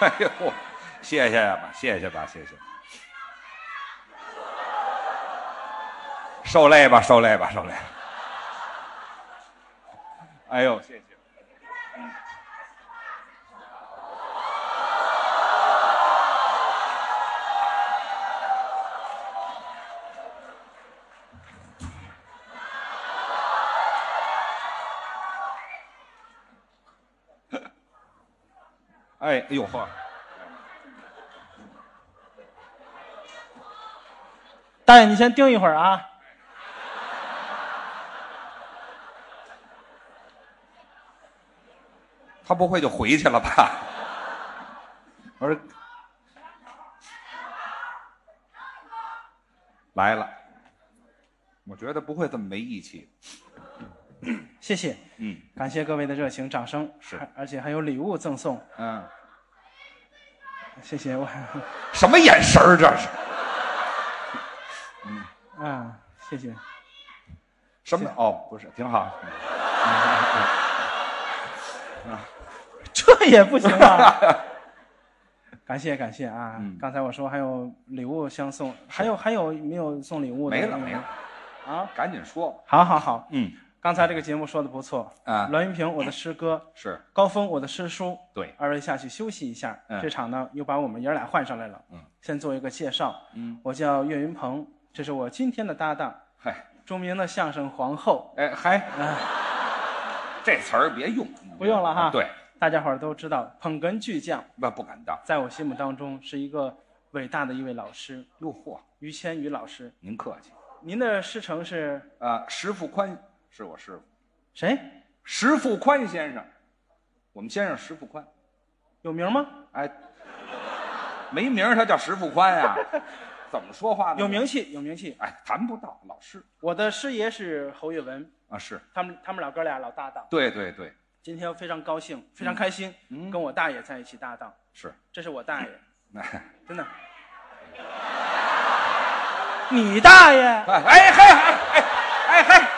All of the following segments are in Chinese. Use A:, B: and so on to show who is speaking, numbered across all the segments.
A: 哎呦，谢谢吧，谢谢吧，谢谢。受累吧，受累吧，受累吧。哎呦，谢谢。哎，哎呦呵，
B: 大爷，你先盯一会儿啊。
A: 他不会就回去了吧？我说，来了，我觉得不会这么没义气。
B: 谢谢，
A: 嗯
B: 感谢各位的热情掌声，
A: 是
B: 还，而且还有礼物赠送，
A: 嗯，
B: 谢谢我，
A: 什么眼神儿这是？
B: 啊，谢谢，
A: 什么？哦，不是，挺 好。
B: 这也不行 啊！感谢感谢啊！
A: 嗯
B: 刚才我说还有礼物相送，还有还有没有送礼物的？
A: 没了没了，
B: 啊！
A: 赶紧说吧。
B: 好好好，
A: 嗯
B: 刚才这个节目说的不错
A: 啊
B: 栾云平，我的诗歌，
A: 是
B: 高峰，我的诗书，
A: 对，
B: 二位下去休息一下。
A: 嗯
B: 这场呢，又把我们爷儿俩换上来了。
A: 嗯，
B: 先做一个介绍。
A: 嗯，
B: 我叫岳云鹏，这是我今天的搭档，
A: 嗨，
B: 著名的相声皇后。啊
A: 哎嗨，这词儿别用，
B: 不用了哈
A: 对，
B: 大家伙儿都知道，捧哏巨匠
A: 那不敢当。
B: 在我心目当中是一个伟大的一位老师，
A: 哟嚯，
B: 于谦于老师。
A: 您客气
B: 您的师承是
A: 啊。石富宽是我师傅，
B: 谁？
A: 石富宽先生，我们先生石富宽，
B: 有名吗？
A: 哎，没名儿他叫石富宽呀、怎么说话呢？
B: 有名？气，有名气。
A: 哎，谈不到老师
B: 我的师爷是侯月文，
A: 啊，是
B: 他们他们老哥俩老搭档。
A: 对对对，
B: 今天非常高兴，非常开心，跟我大爷在一起搭档。
A: 是。
B: 这是我大爷，
A: 那哎
B: 真的。你大爷！
A: 哎嗨哎哎嗨，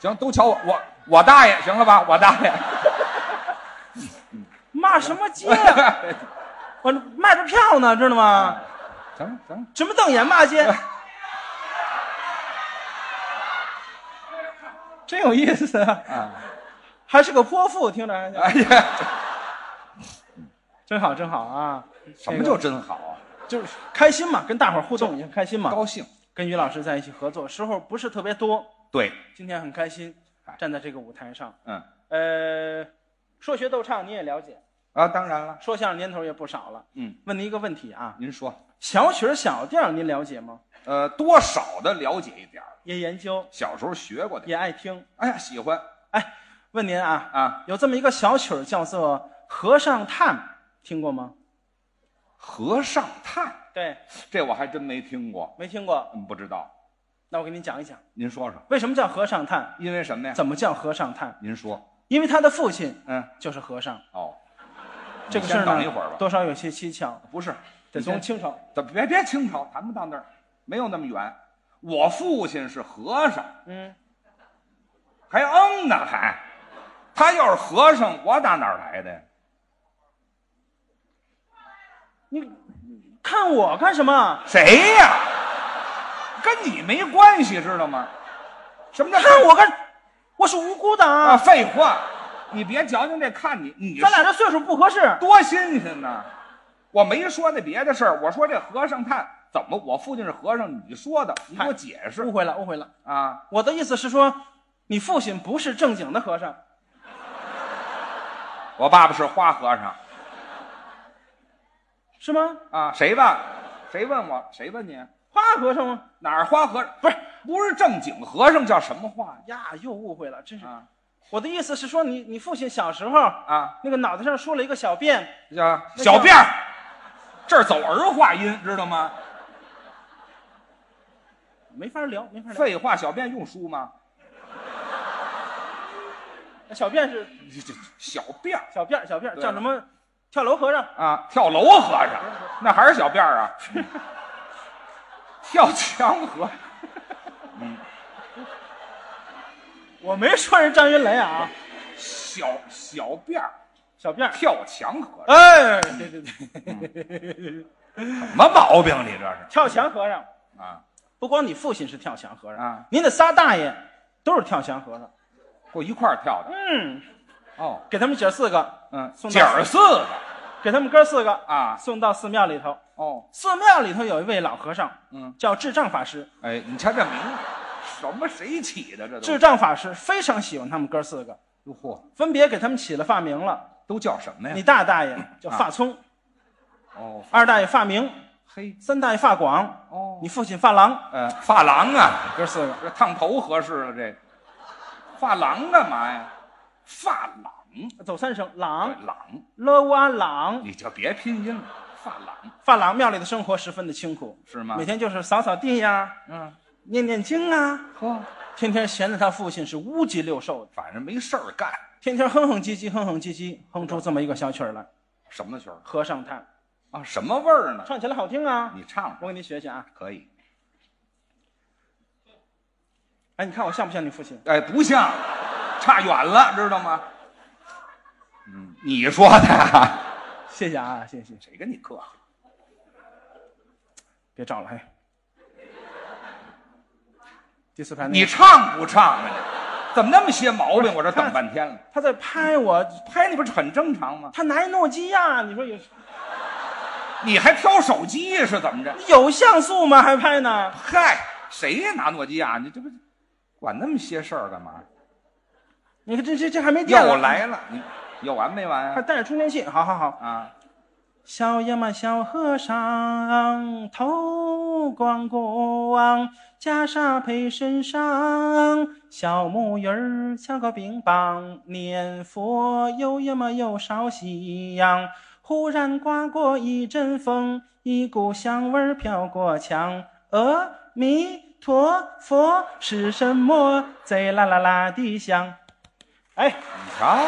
A: 行，都瞧我我我大爷行了吧？我大爷，
B: 骂什么街呀、我卖着票呢，知道吗？
A: 行了行了，
B: 什么瞪眼 骂街？真有意思啊！还是个泼妇，听着还
A: 哎呀，
B: 真好，真好啊！
A: 什么叫真好啊？
B: 就是开心嘛，跟大伙儿互动也开心嘛。
A: 高兴，
B: 跟于老师在一起合作时候不是特别多，
A: 对，
B: 今天很开心啊
A: 哎，
B: 站在这个舞台上。
A: 嗯
B: 呃，说学逗唱你也了解，
A: 啊，当然了，
B: 说相声年头也不少了。
A: 嗯，
B: 问您一个问题啊，
A: 您说，
B: 小曲儿小调儿您了解吗？
A: 呃，多少的了解一点儿
B: 也研究，
A: 小时候学过
B: 也
A: 点，
B: 爱听。
A: 哎呀，喜欢
B: 哎，问您啊，
A: 啊，
B: 有这么一个小曲儿叫做《和尚探》，听过吗？
A: 和尚探，
B: 对，
A: 这我还真没听过，
B: 没听过。
A: 嗯，不知道，
B: 那我给您讲一讲，
A: 您说说，
B: 为什么叫和尚探？
A: 因为什么呀？
B: 怎么叫和尚探？
A: 您说，
B: 因为他的父亲
A: 嗯，
B: 就是和尚。
A: 哦，
B: 这个
A: 你
B: 事儿
A: 先等一
B: 呢
A: 会儿，吧，
B: 多少有些蹊跷，
A: 不是，
B: 得
A: 你先
B: 从清朝。
A: 咱别别清朝，谈不到那儿，没有那么远。我父亲是和尚，
B: 嗯，
A: 还嗯呢还，他要是和尚，我打哪儿来的呀？
B: 你看我干什么？
A: 谁呀、跟你没关系，知道吗？什么叫
B: 看我干？我是无辜的
A: 啊？
B: 啊！
A: 废话，你别矫情这看你，你
B: 咱俩这岁数不合适。
A: 多新鲜呐！我没说那别的事儿，我说这和尚探怎么？我父亲是和尚，你说的，你给我解释
B: 误会了，误会了。
A: 啊！
B: 我的意思是说，你父亲不是正经的和尚，
A: 我爸爸是花和尚
B: 是吗？
A: 啊！谁问？谁问我？谁问你？
B: 花和尚吗？
A: 哪儿花和尚？不是，不是正经和尚叫什么话
B: 呀，又误会了，真是。
A: 呀？啊
B: 我的意思是说你，你父亲小时候
A: 啊，
B: 那个脑袋上梳了一个小辫，
A: 叫
B: 那
A: 小
B: 叫
A: 辫儿，这儿走儿化音，知道吗？
B: 没法聊，没法聊。
A: 废话，小辫用梳吗？
B: 小辫是
A: 这这小辫儿
B: 小辫儿，小辫儿
A: 对
B: 叫什么？跳楼和尚。
A: 啊，跳楼和尚，那还是小辫儿啊？ 跳墙和尚。
B: 我没说人张云雷啊，
A: 小小辫儿
B: 小辫儿。
A: 跳墙和尚，
B: 哎，对对对，
A: 什么毛病？你这是
B: 跳墙和尚，
A: 啊？
B: 不光你父亲是跳墙和尚
A: 啊，
B: 您的仨大爷都是跳墙和尚。
A: 跟我一块儿跳的
B: 嗯，
A: 哦，
B: 给他们姐儿四个，
A: 嗯，
B: 送
A: 姐儿四个
B: 给他们哥儿四个，
A: 啊，
B: 送到寺庙里头。
A: 哦，
B: 寺庙里头有一位老和尚，
A: 嗯，
B: 叫智障法师。
A: 哎，你瞧这名字，什么谁起的？这都
B: 智障法师非常喜欢他们哥儿四个，
A: 哟嚯，
B: 分别给他们起了发名了。
A: 都叫什么呀
B: 你？大大爷叫
A: 啊
B: 发聪，
A: 哦，
B: 二大爷发明，
A: 嘿，
B: 三大爷发广，
A: 哦，
B: 你父亲发郎，
A: 呃，发廊啊，
B: 哥儿四个。
A: 这烫头合适了，这个发廊干嘛呀？发廊，
B: 走三声，郎
A: 对廊，
B: 了哇郎，
A: 你就别拼音了，发廊
B: 啊发廊。庙里的生活十分的清苦，
A: 是吗？
B: 每天就是扫扫地呀，
A: 嗯，
B: 念念经啊，
A: 呵，
B: 天天闲着他父亲是乌鸡六兽的，
A: 反正没事儿干，
B: 天天哼哼唧唧，哼哼唧唧，哼出这么一个小曲儿来。
A: 什么曲儿
B: 和尚叹，
A: 啊？什么味儿呢？
B: 唱起来好听啊！
A: 你唱吧
B: 我给您学学啊！
A: 可以。
B: 哎，你看我像不像你父亲？
A: 哎，不像，差远了，知道吗？嗯，你说的啊，
B: 谢谢啊，谢谢，
A: 谁跟你客气？
B: 别找了，哎。第四排那个
A: 你唱不唱啊你？怎么那么些毛病？我这等半天了，
B: 他在拍我，
A: 拍你不是很正常吗？
B: 他拿一诺基亚，你说有
A: 你还挑手机是怎么着？
B: 有像素吗？还拍呢？
A: 嗨，谁拿诺基亚？你这不管那么些事儿干嘛？
B: 你看这这这还没电了，
A: 又，来了，你有完没完
B: 还
A: 啊？
B: 带着充电器，好好好。
A: 啊，
B: 小呀嘛，小和尚头光光，袈裟配身上，小木鱼儿敲个冰棒，念佛又呀嘛又烧西洋。忽然刮过一阵风，一股香味儿飘过墙。阿弥陀佛，是什么贼啦啦啦地响？哎，
A: 你瞧，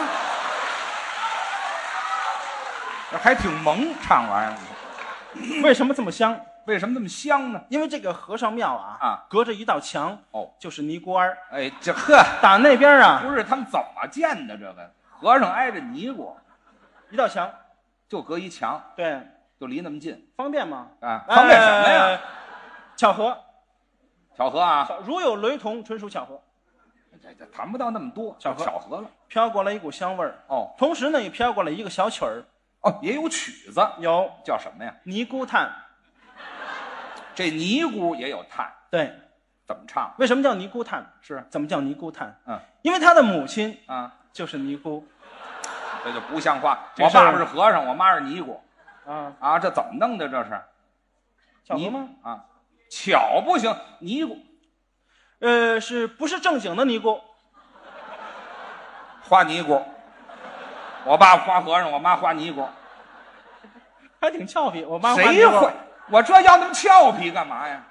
A: 这还挺萌，唱玩意儿，
B: 为什么这么香？
A: 为什么那么香呢？
B: 因为这个和尚庙啊，
A: 啊
B: 隔着一道墙，
A: 哦，
B: 就是尼姑庵儿。
A: 哎，这呵，
B: 打那边啊，
A: 不是他们怎么建的这个？和尚挨着尼姑，
B: 一道墙，
A: 就隔一墙，
B: 对，
A: 就离那么近
B: 方便吗？
A: 啊，方便什么呀？
B: 呃？巧合，
A: 巧合啊，
B: 巧如有雷同，纯属巧合。
A: 这这谈不到那么多，
B: 巧合
A: 巧合了。
B: 飘过来一股香味儿，
A: 哦
B: 同时呢，也飘过来一个小曲儿，
A: 哦，也有曲子，
B: 有
A: 叫什么呀？
B: 尼姑叹。
A: 这尼姑也有叹，
B: 对，
A: 怎么唱？
B: 为什么叫尼姑叹？
A: 是
B: 怎么叫尼姑叹？
A: 嗯，
B: 因为他的母亲
A: 啊，
B: 就是尼姑
A: 这就不像话。
B: 这
A: 我
B: 事儿
A: 爸爸是和尚，我妈是尼姑
B: 啊，
A: 啊，这怎么弄的？这是
B: 巧合吗？
A: 尼啊，巧不行，尼姑
B: 呃，是不是正经的尼姑？
A: 花尼姑，我爸花和尚，我妈花尼姑，
B: 还挺俏皮。我妈画尼
A: 谁
B: 姑
A: 会？我这要那么俏皮干嘛呀？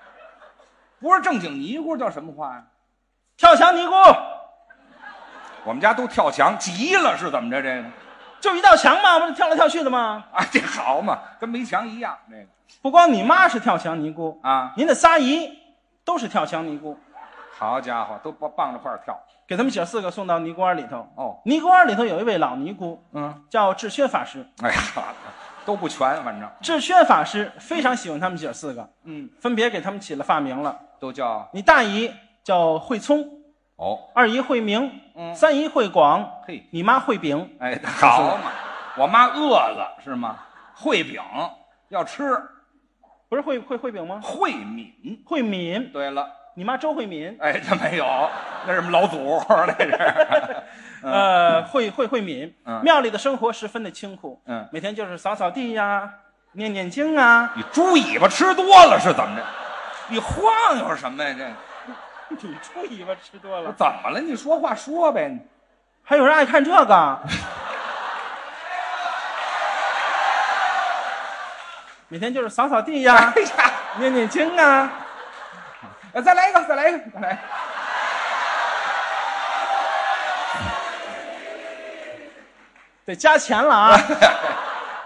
A: 不是正经尼姑叫什么花呀？
B: 跳墙尼姑？
A: 我们家都跳墙，急了是怎么着？这个
B: 就一道墙嘛，不是跳来跳去的吗？
A: 啊，这好嘛，跟没墙一样。这个
B: 不光你妈是跳墙尼姑，
A: 啊，
B: 您的仨姨都是跳墙尼姑，
A: 好家伙，都帮傍着块儿跳。
B: 给他们姐儿四个送到尼姑庵里头。
A: 哦，
B: 尼姑庵里头有一位老尼姑，
A: 嗯，
B: 叫智缺法师。
A: 哎呀，都不全，反正
B: 智缺法师非常喜欢他们姐儿四个，
A: 嗯，
B: 分别给他们起了发名了。
A: 都叫
B: 你大姨叫慧聪，
A: 哦，
B: 二姨慧明，
A: 嗯
B: 三姨慧广，
A: 嘿，
B: 你妈慧饼。
A: 哎，好嘛，我妈饿了是吗？烩饼要吃
B: 不是慧慧慧饼吗？
A: 烩敏。
B: 慧敏，
A: 对了，
B: 你妈周慧敏，
A: 哎，这没有，那是我们老祖，那是。
B: 呃，慧慧慧敏。
A: 嗯
B: 庙里的生活十分的清苦，
A: 嗯，
B: 每天就是扫扫地呀，念念经啊。
A: 你猪尾巴吃多了是怎么着？你晃悠什么呀？这
B: 你猪尾巴吃多
A: 我
B: 了，
A: 怎么了？你说话说呗。 你
B: 还有人爱看这个。每天就是扫扫地呀，
A: 哎呀！
B: 念念经啊。
A: 呃，再来一个，再来一个，再来一个。
B: 得加钱 了啊！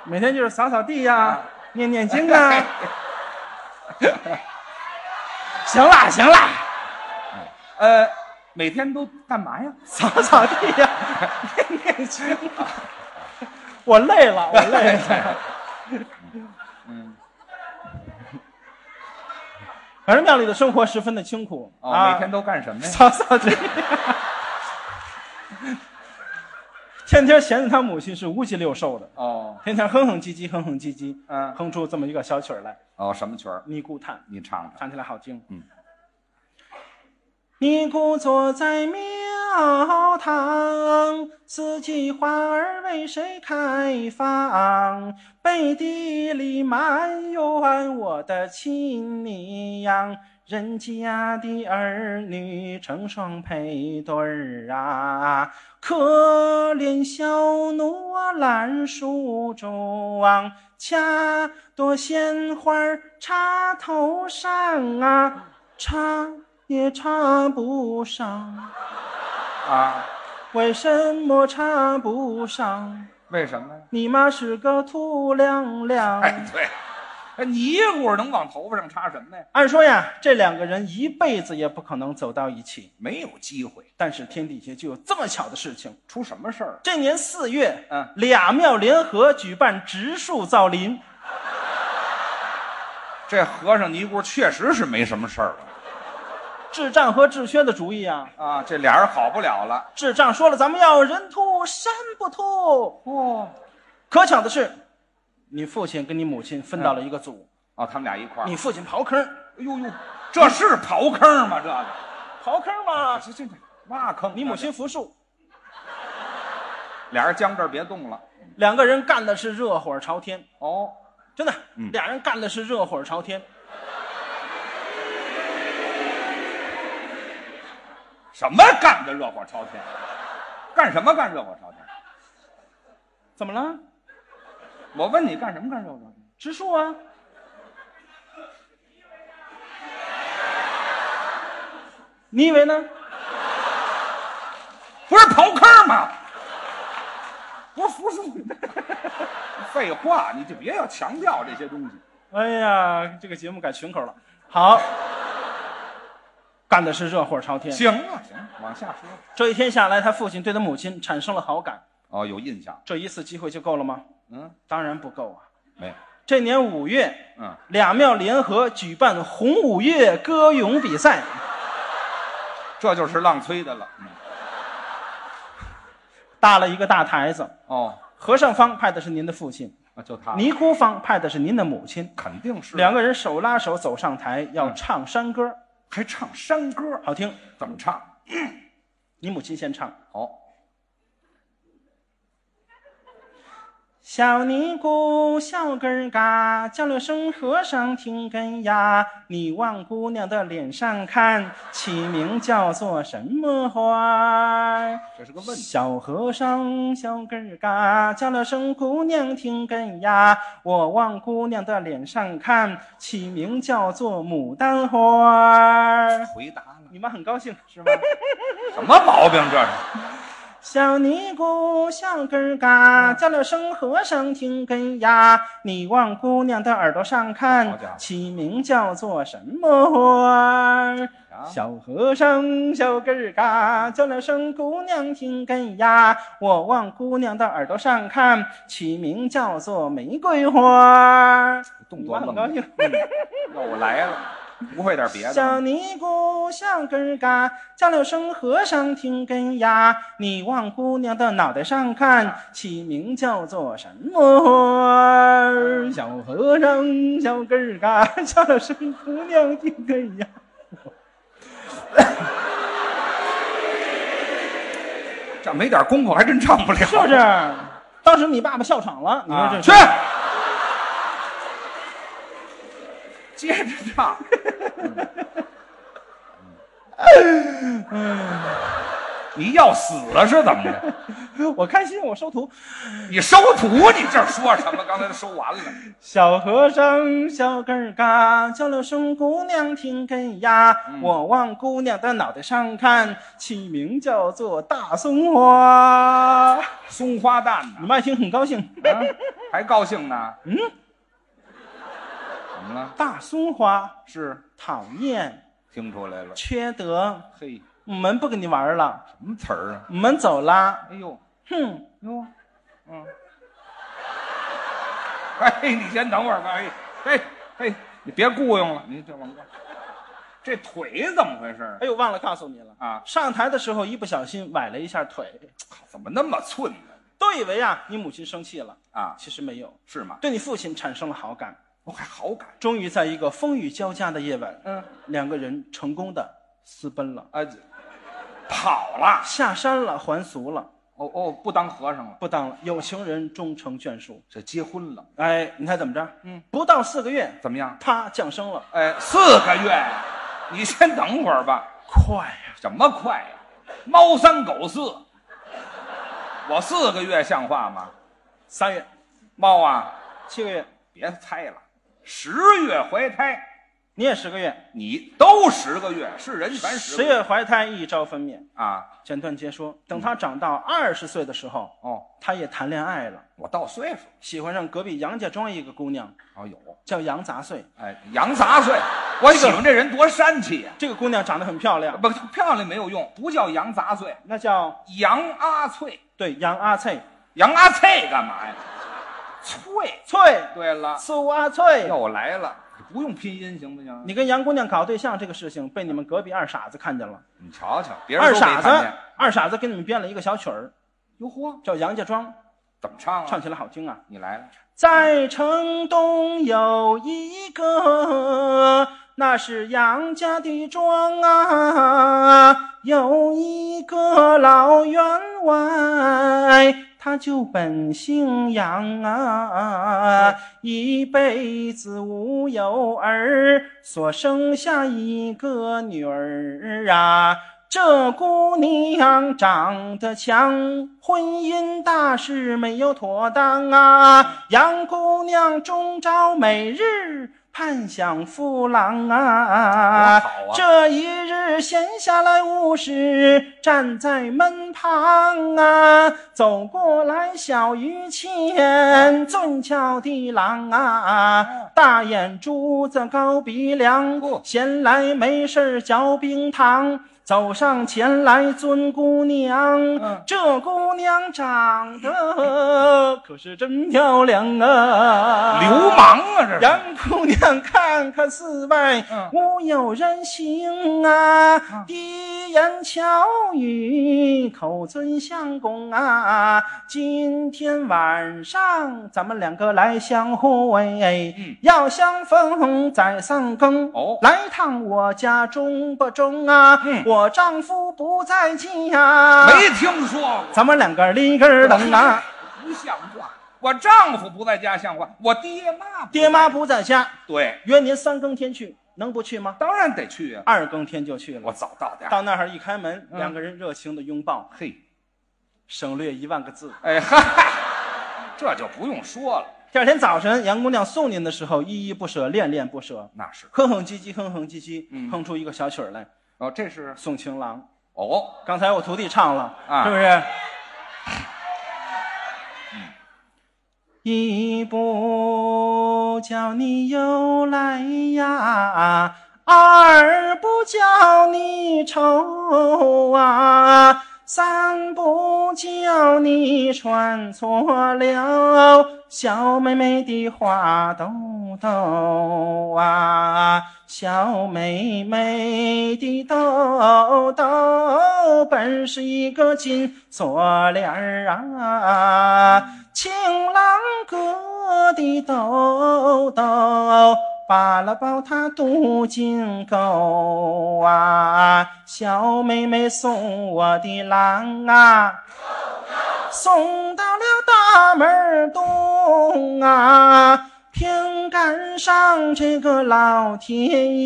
B: 每天就是扫扫地呀，念念 经啊。行啦，行啦，
A: 呃，每天都干嘛呀？
B: 扫扫地呀，念念经。我累了，我 累了。
A: 嗯，
B: 反正庙里的生活十分的清苦
A: 哦，
B: 啊，
A: 每天都干什么呀？
B: 扫扫地。 天天闲着他母亲是五脊六兽的，
A: 哦，
B: 天天哼哼唧唧，哼哼唧唧，
A: 嗯，
B: 哼出这么一个小曲儿来，《
A: 哦，什么曲儿？
B: 尼姑叹》。
A: 你唱唱。
B: 唱起来好听。
A: 嗯，
B: 尼姑坐在啊庙堂，四季嗯花儿为谁开放？背地里埋怨我的亲娘，人家的儿女成双配对儿啊，可怜小奴啊，懒梳妆。掐朵鲜花儿插头上啊，插也插不上，
A: 啊？
B: 为什么插不上？
A: 为什么呀？
B: 你妈是个土亮亮。
A: 哎，对，哎尼姑能往头发上插什么呀？
B: 按说呀，这两个人一辈子也不可能走到一起，
A: 没有机会，
B: 但是天底下就有这么巧的事情。
A: 出什么事儿？
B: 这年四月，
A: 嗯，
B: 俩庙联合举办植树造林，
A: 这和尚尼姑确实是没什么事儿了
B: 智障和智缺的主意啊。
A: 啊，这俩人好不了了。
B: 智障说了，咱们要人秃山不秃。
A: 哦，
B: 可巧的是，你父亲跟你母亲分到了一个组，
A: 哦，他们俩一块儿。
B: 你父亲刨坑，
A: 哎呦呦，这是刨坑吗？这个，
B: 刨坑嘛，
A: 啊这这这挖坑。
B: 你母亲扶树，
A: 俩人僵这儿别动了。
B: 两个人干的是热火朝天，
A: 哦，
B: 真的，
A: 嗯
B: 俩人干的是热火朝天。
A: 什么干的热火朝天？干什么干热火朝天？
B: 怎么了？
A: 我问你干什么干热火朝天？
B: 植树啊？你以为呢？
A: 不是刨坑吗？不是扶树。废话，你就别要强调这些东西。
B: 哎呀，这个节目改群口了。好，干的是热火朝天。
A: 行啊，行啊，往下说。
B: 这一天下来，他父亲对他母亲产生了好感。
A: 哦，有印象。
B: 这一次机会就够了吗？
A: 嗯，
B: 当然不够啊。
A: 没有。
B: 这年五月，
A: 嗯，
B: 俩庙联合举办红五月歌咏比赛。
A: 这就是浪催的了。嗯、
B: 搭了一个大台子，
A: 哦，
B: 和尚方派的是您的父亲，
A: 啊，就他。
B: 尼姑方派的是您的母亲，
A: 肯定是
B: 两个人手拉手走上台，要
A: 嗯
B: 唱山歌，
A: 还唱山歌，
B: 好听。
A: 怎么唱？
B: 你母亲先唱。
A: 哦，
B: 小尼姑笑根儿嘎，叫了声和尚听根呀。你往姑娘的脸上看，起名叫做什么花？
A: 这是个问题。
B: 小和尚小根儿嘎，叫了声姑娘听根呀。我往姑娘的脸上看，起名叫做牡丹花。
A: 回答了，
B: 你妈很高兴是吗？
A: 什么毛病这是？
B: 小尼姑小根儿
A: 嗯
B: 嘎，叫了声和尚听根呀。你往姑娘的耳朵上
A: 好
B: 看
A: 家伙，
B: 起名叫做什么花儿？
A: 啊，
B: 小和尚小根儿嘎，叫了声姑娘听根呀。我往姑娘的耳朵上看，起名叫做玫瑰花。
A: 动作
B: 你妈很
A: 愣
B: 高
A: 的
B: 兴。
A: 又来了，不会点别的
B: 小
A: 吗？
B: 尼姑小根儿嘎，叫了声和尚听根呀。你往姑娘的脑袋上看，
A: 啊
B: 起名叫做什么花
A: 嗯
B: 儿？小和尚小根儿嘎，叫了声姑娘听根呀。
A: 这没点功夫还真唱不了，
B: 是不是？当时你爸爸笑场了，你说
A: 啊？
B: 这
A: 去
B: 是、，
A: 接着唱。嗯哎你要死啊？是怎么着？
B: 我开心，我收徒。
A: 你收徒？你这说什么？刚才都收完了。
B: 小和尚小根儿嘎，叫了声姑娘听根呀。我往姑娘的脑袋上看，起名叫做大松花。
A: 松花蛋呢
B: 你？妈一听很高兴，
A: 啊，还高兴呢？嗯，怎么了？
B: 大松花
A: 是
B: 讨厌，
A: 听出来了。
B: 缺德，
A: 嘿，
B: 我们不跟你玩了，
A: 什么词儿啊？
B: 我们走啦。
A: 哎呦
B: 哼，
A: 哟，嗯， 哎，你先等会儿吧，哎，哎，哎，你别雇佣了，你这往过，这腿怎么回事儿
B: 哎呦，忘了告诉你了，
A: 啊？
B: 上台的时候一不小心崴了一下腿，
A: 怎么那么寸呢？
B: 都以为啊你母亲生气了，
A: 啊，
B: 其实没有，
A: 是吗？
B: 对你父亲产生了好感。
A: 我还好感，
B: 终于在一个风雨交加的夜晚，
A: 嗯，
B: 两个人成功的私奔了，
A: 啊，跑了，
B: 下山了，还俗了，
A: 哦哦，不当和尚了，
B: 不当了，有情人终成眷属。
A: 这结婚了，
B: 哎，你猜怎么着？
A: 嗯，
B: 不到四个月，
A: 怎么样？
B: 他降生了，
A: 哎，四个月，你先等会儿吧。
B: 快呀、
A: 什么快呀、猫三狗四，我四个月像话吗？
B: 三月、
A: 猫啊，
B: 七个月，
A: 别猜了，十月怀胎，
B: 你也十个月，
A: 你都十个月，是人全十
B: 十
A: 个月
B: 月怀胎，一朝分娩。
A: 啊？
B: 简短截说，等他长到二十岁的时候，
A: 哦，
B: 他也谈恋爱了，
A: 我到岁数
B: 喜欢上隔壁杨家庄一个姑娘，
A: 哦，有
B: 叫杨杂碎。
A: 哎，羊杂碎，我喜欢这人多煽气呀、
B: 这个姑娘长得很漂亮，
A: 不漂亮没有用，不叫羊杂碎，
B: 那叫
A: 羊阿翠，
B: 对杨阿翠，
A: 羊阿翠干嘛呀？翠。
B: 翠
A: 对了，
B: 苏阿翠。
A: 又来了，不用拼音行不行？
B: 你跟杨姑娘搞对象这个事情被你们隔壁二傻子看见了，
A: 你瞧瞧，别人
B: 二
A: 都没
B: 傻
A: 看
B: 子
A: 见。
B: 二傻子给你们编了一个小曲儿，
A: 哟嚯，
B: 叫《杨家庄》，
A: 怎么唱啊？
B: 唱起来好听啊。
A: 你来了，
B: 在城东有一个，那是杨家的庄啊，有一个老员外，他就本姓杨啊，一辈子无有儿，所生下一个女儿啊。这姑娘长得强，婚姻大事没有妥当啊！杨姑娘终朝每日盼想夫郎啊！
A: 多好啊
B: 这一日闲下来无事，站在门旁啊，走过来小于谦，俊俏的郎啊，大眼珠子高鼻梁
A: 哦，
B: 闲来没事儿嚼冰糖。走上前来，尊姑娘，
A: 嗯
B: 这姑娘长得可是真漂亮啊！
A: 流氓啊这是！
B: 杨姑娘看看四外，
A: 嗯
B: 无有人行啊，低言巧语，口尊相公啊。今天晚上咱们两个来相会，
A: 嗯
B: 要相逢再三更。
A: 哦
B: 来趟我家中不中啊？
A: 嗯
B: 我丈夫不在家，
A: 没听说过，
B: 咱们两个立根儿 冷啊。
A: 不像话！我丈夫不在家像话，我爹妈不
B: 爹妈不在家，
A: 对，
B: 约您三更天去，能不去吗？
A: 当然得去啊！
B: 二更天就去了。
A: 我早到点儿，
B: 到那儿一开门，
A: 嗯
B: 两个人热情的拥抱，
A: 嘿，
B: 省略一万个字。
A: 哎嗨， 这就不用说了，
B: 第二天早晨，杨姑娘送您的时候，依依不舍，恋恋不舍，
A: 那是
B: 哼哼唧唧，哼哼唧唧，
A: 嗯
B: 哼出一个小曲儿来
A: 哦，这是
B: 送情郎。
A: 哦，
B: 刚才我徒弟唱了，
A: 啊
B: 是不是？
A: 嗯
B: 一不叫你又来呀，二不叫你愁啊，三不叫你穿错了小妹妹的花兜兜啊，小妹妹的兜兜本是一个金锁链儿啊。情郎哥的兜兜，扒拉包他镀金钩啊，小妹妹送我的郎啊，送到了大门东啊。偏赶上这个老天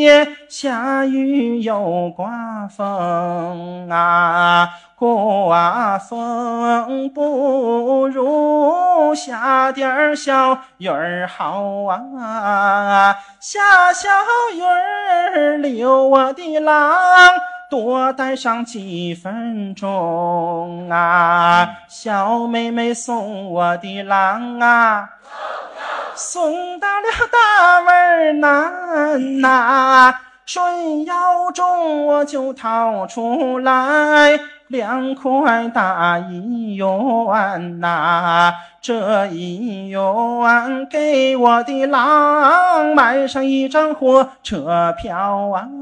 B: 爷下雨又刮风啊，刮风不如下点儿小雨儿好啊，下小雨儿留我的郎。多待上几分钟啊，小妹妹送我的郎啊。送到了大门南呐、顺腰中我就掏出来两块大银元呐、这一元给我的郎买上一张火车票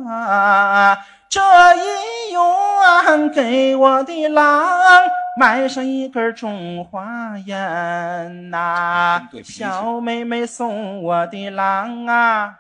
B: 啊！这一元给我的郎买上一根中华烟呐、
A: 真对不起
B: 小妹妹送我的郎啊，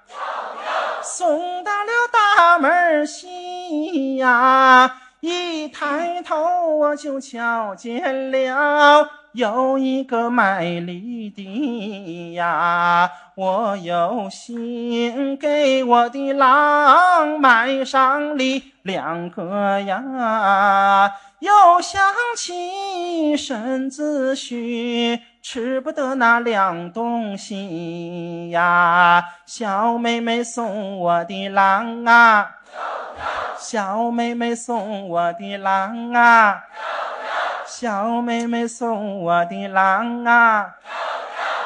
B: 送到了大门西呀、一抬头我就瞧见了有一个卖梨的呀，我有心给我的郎买上梨两个呀，又想起身子虚，吃不得那两东西呀，小妹妹送我的郎啊。小妹妹送我的郎啊，小妹妹送我的郎啊，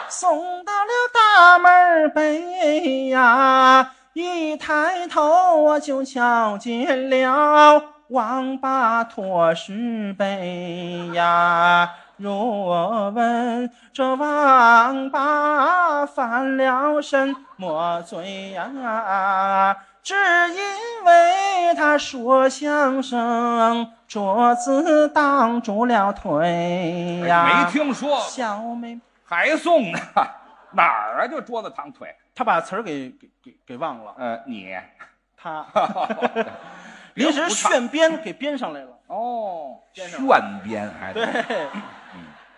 B: 送到了大门儿北呀，一抬头我就瞧见了王八驮石碑呀。若问这王八犯了什么罪呀、只因为他说相声，桌子挡住了腿呀。
A: 哎没听说，
B: 小妹，
A: 还送呢？ 哪儿啊？就桌子躺腿。
B: 他把词儿给给给给忘了，
A: 呃，你
B: 他 临时炫编给编上来了。
A: 哦，
B: 先
A: 炫
B: 生
A: 编还
B: 对，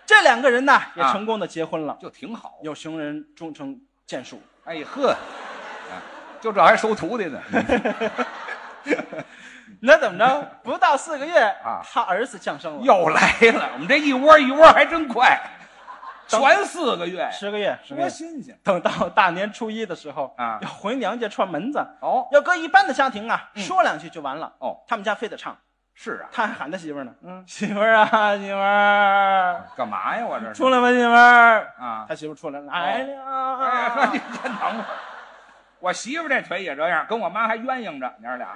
B: 这两个人呢也
A: 嗯啊
B: 成功的结婚了，
A: 就挺好。
B: 有情人终成眷属。
A: 哎呵，啊就这还收徒弟呢。
B: 那怎么着？不到四个月
A: 啊
B: 他儿子降 生了，
A: 又来了，我们这一窝一窝还真 快，全四个月，
B: 十个月，十个
A: 多
B: 月。
A: 新鲜
B: 等到大年初一的时候
A: 啊
B: 要回娘家串门子。
A: 哦
B: 要搁一般的家庭啊，
A: 嗯
B: 说两句就完了。
A: 哦，
B: 他们家非得唱，
A: 是啊，
B: 他还喊他媳妇儿呢。
A: 嗯，
B: 媳妇儿啊，媳妇儿，
A: 干嘛呀？我这是
B: 出来吧，媳妇儿。
A: 啊，
B: 他媳妇儿出来了，来
A: 哎，说你
B: 了。
A: 先等会儿， 我媳妇这腿也这样，跟我妈还鸳鸯着，娘儿俩，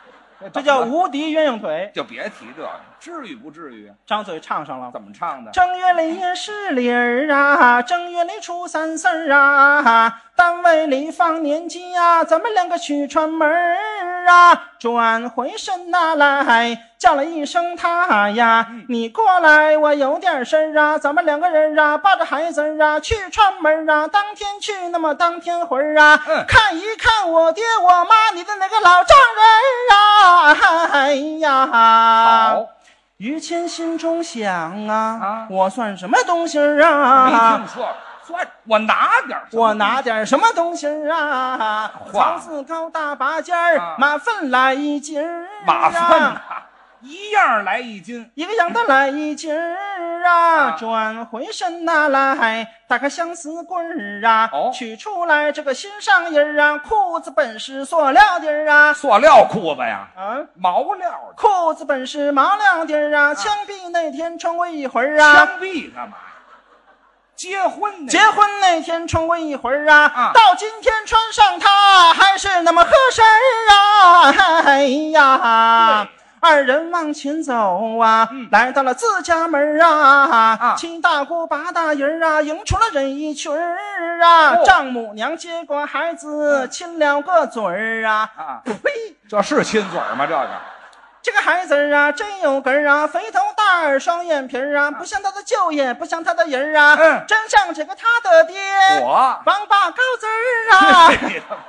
B: 这叫
A: 怎么了
B: 无敌鸳鸯腿，
A: 就别提这，至于不至于？啊
B: 张嘴唱上了。
A: 怎么唱的？
B: 正月里也是里儿啊，正月里初三四儿啊，单位里放年假、咱们两个去串门儿啊。转回身呐、来，叫了一声他呀，
A: 嗯
B: 你过来，我有点事儿啊，咱们两个人啊，抱着孩子儿啊，去串门儿啊，当天去，那么当天回儿啊，
A: 嗯
B: 看一看我爹我妈，你的那个老丈人儿啊，哎呀，
A: 好，
B: 于谦心中想啊
A: 啊，
B: 我算什么东西儿
A: 没听
B: 啊？
A: 说，算我拿点儿什么
B: 我拿点什么东西儿啊？
A: 话
B: 槽子高大拔尖儿
A: 啊，
B: 马粪来一斤儿啊，
A: 马粪呐，一样来一斤，
B: 一个羊的来一斤儿啊，
A: 啊
B: 转回身呐、来，打开相思棍儿啊，
A: 哦
B: 取出来这个心上人儿啊，裤子本是塑料底儿啊，
A: 塑料裤子呀，
B: 啊。
A: 毛料的，
B: 裤子本是毛料底儿啊，枪毙那天穿过一回儿啊，
A: 枪毙干嘛呀？结婚呢？
B: 结婚那天穿过一回儿啊，
A: 啊
B: 到今天穿上它还是那么合身儿啊！哎呀
A: 对，
B: 二人往前走啊，
A: 嗯
B: 来到了自家门儿啊，
A: 啊
B: 七大姑八大姨儿啊，迎出了人一群儿啊，
A: 哦嗯
B: 丈母娘接过孩子、亲了个嘴儿啊，
A: 啊，
B: 呸！
A: 这是亲嘴儿吗？这个
B: 这个孩子儿啊，真有根儿啊，肥头大耳，双眼皮儿啊，不像他的舅爷，不像他的人儿啊，
A: 嗯
B: 真像这个他的爹。
A: 我，
B: 王八羔子儿啊！
A: 你他妈